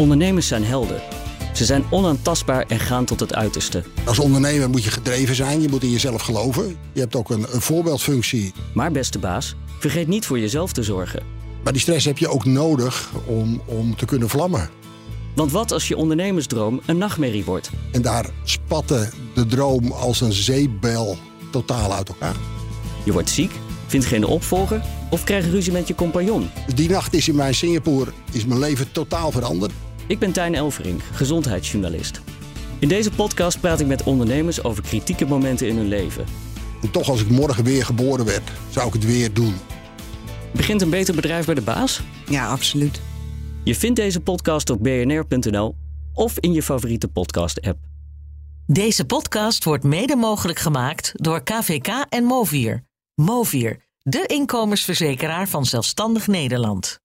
Ondernemers zijn helden. Ze zijn onaantastbaar en gaan tot het uiterste. Als ondernemer moet je gedreven zijn, je moet in jezelf geloven. Je hebt ook een, een voorbeeldfunctie. Maar beste baas, vergeet niet voor jezelf te zorgen. Maar die stress heb je ook nodig om, om te kunnen vlammen. Want wat als je ondernemersdroom een nachtmerrie wordt? En daar spatte de droom als een zeepbel totaal uit elkaar. Je wordt ziek, vindt geen opvolger of krijgt ruzie met je compagnon? Dus Die nacht is in mijn Singapore is mijn leven totaal veranderd. Ik ben Tijn Elverink, gezondheidsjournalist. In deze podcast praat ik met ondernemers over kritieke momenten in hun leven. En toch als ik morgen weer geboren werd, zou ik het weer doen. Begint een beter bedrijf bij de baas? Ja, absoluut. Je vindt deze podcast op bnr.nl of in je favoriete podcast-app. Deze podcast wordt mede mogelijk gemaakt door KVK en Movier. Movier, de inkomensverzekeraar van Zelfstandig Nederland.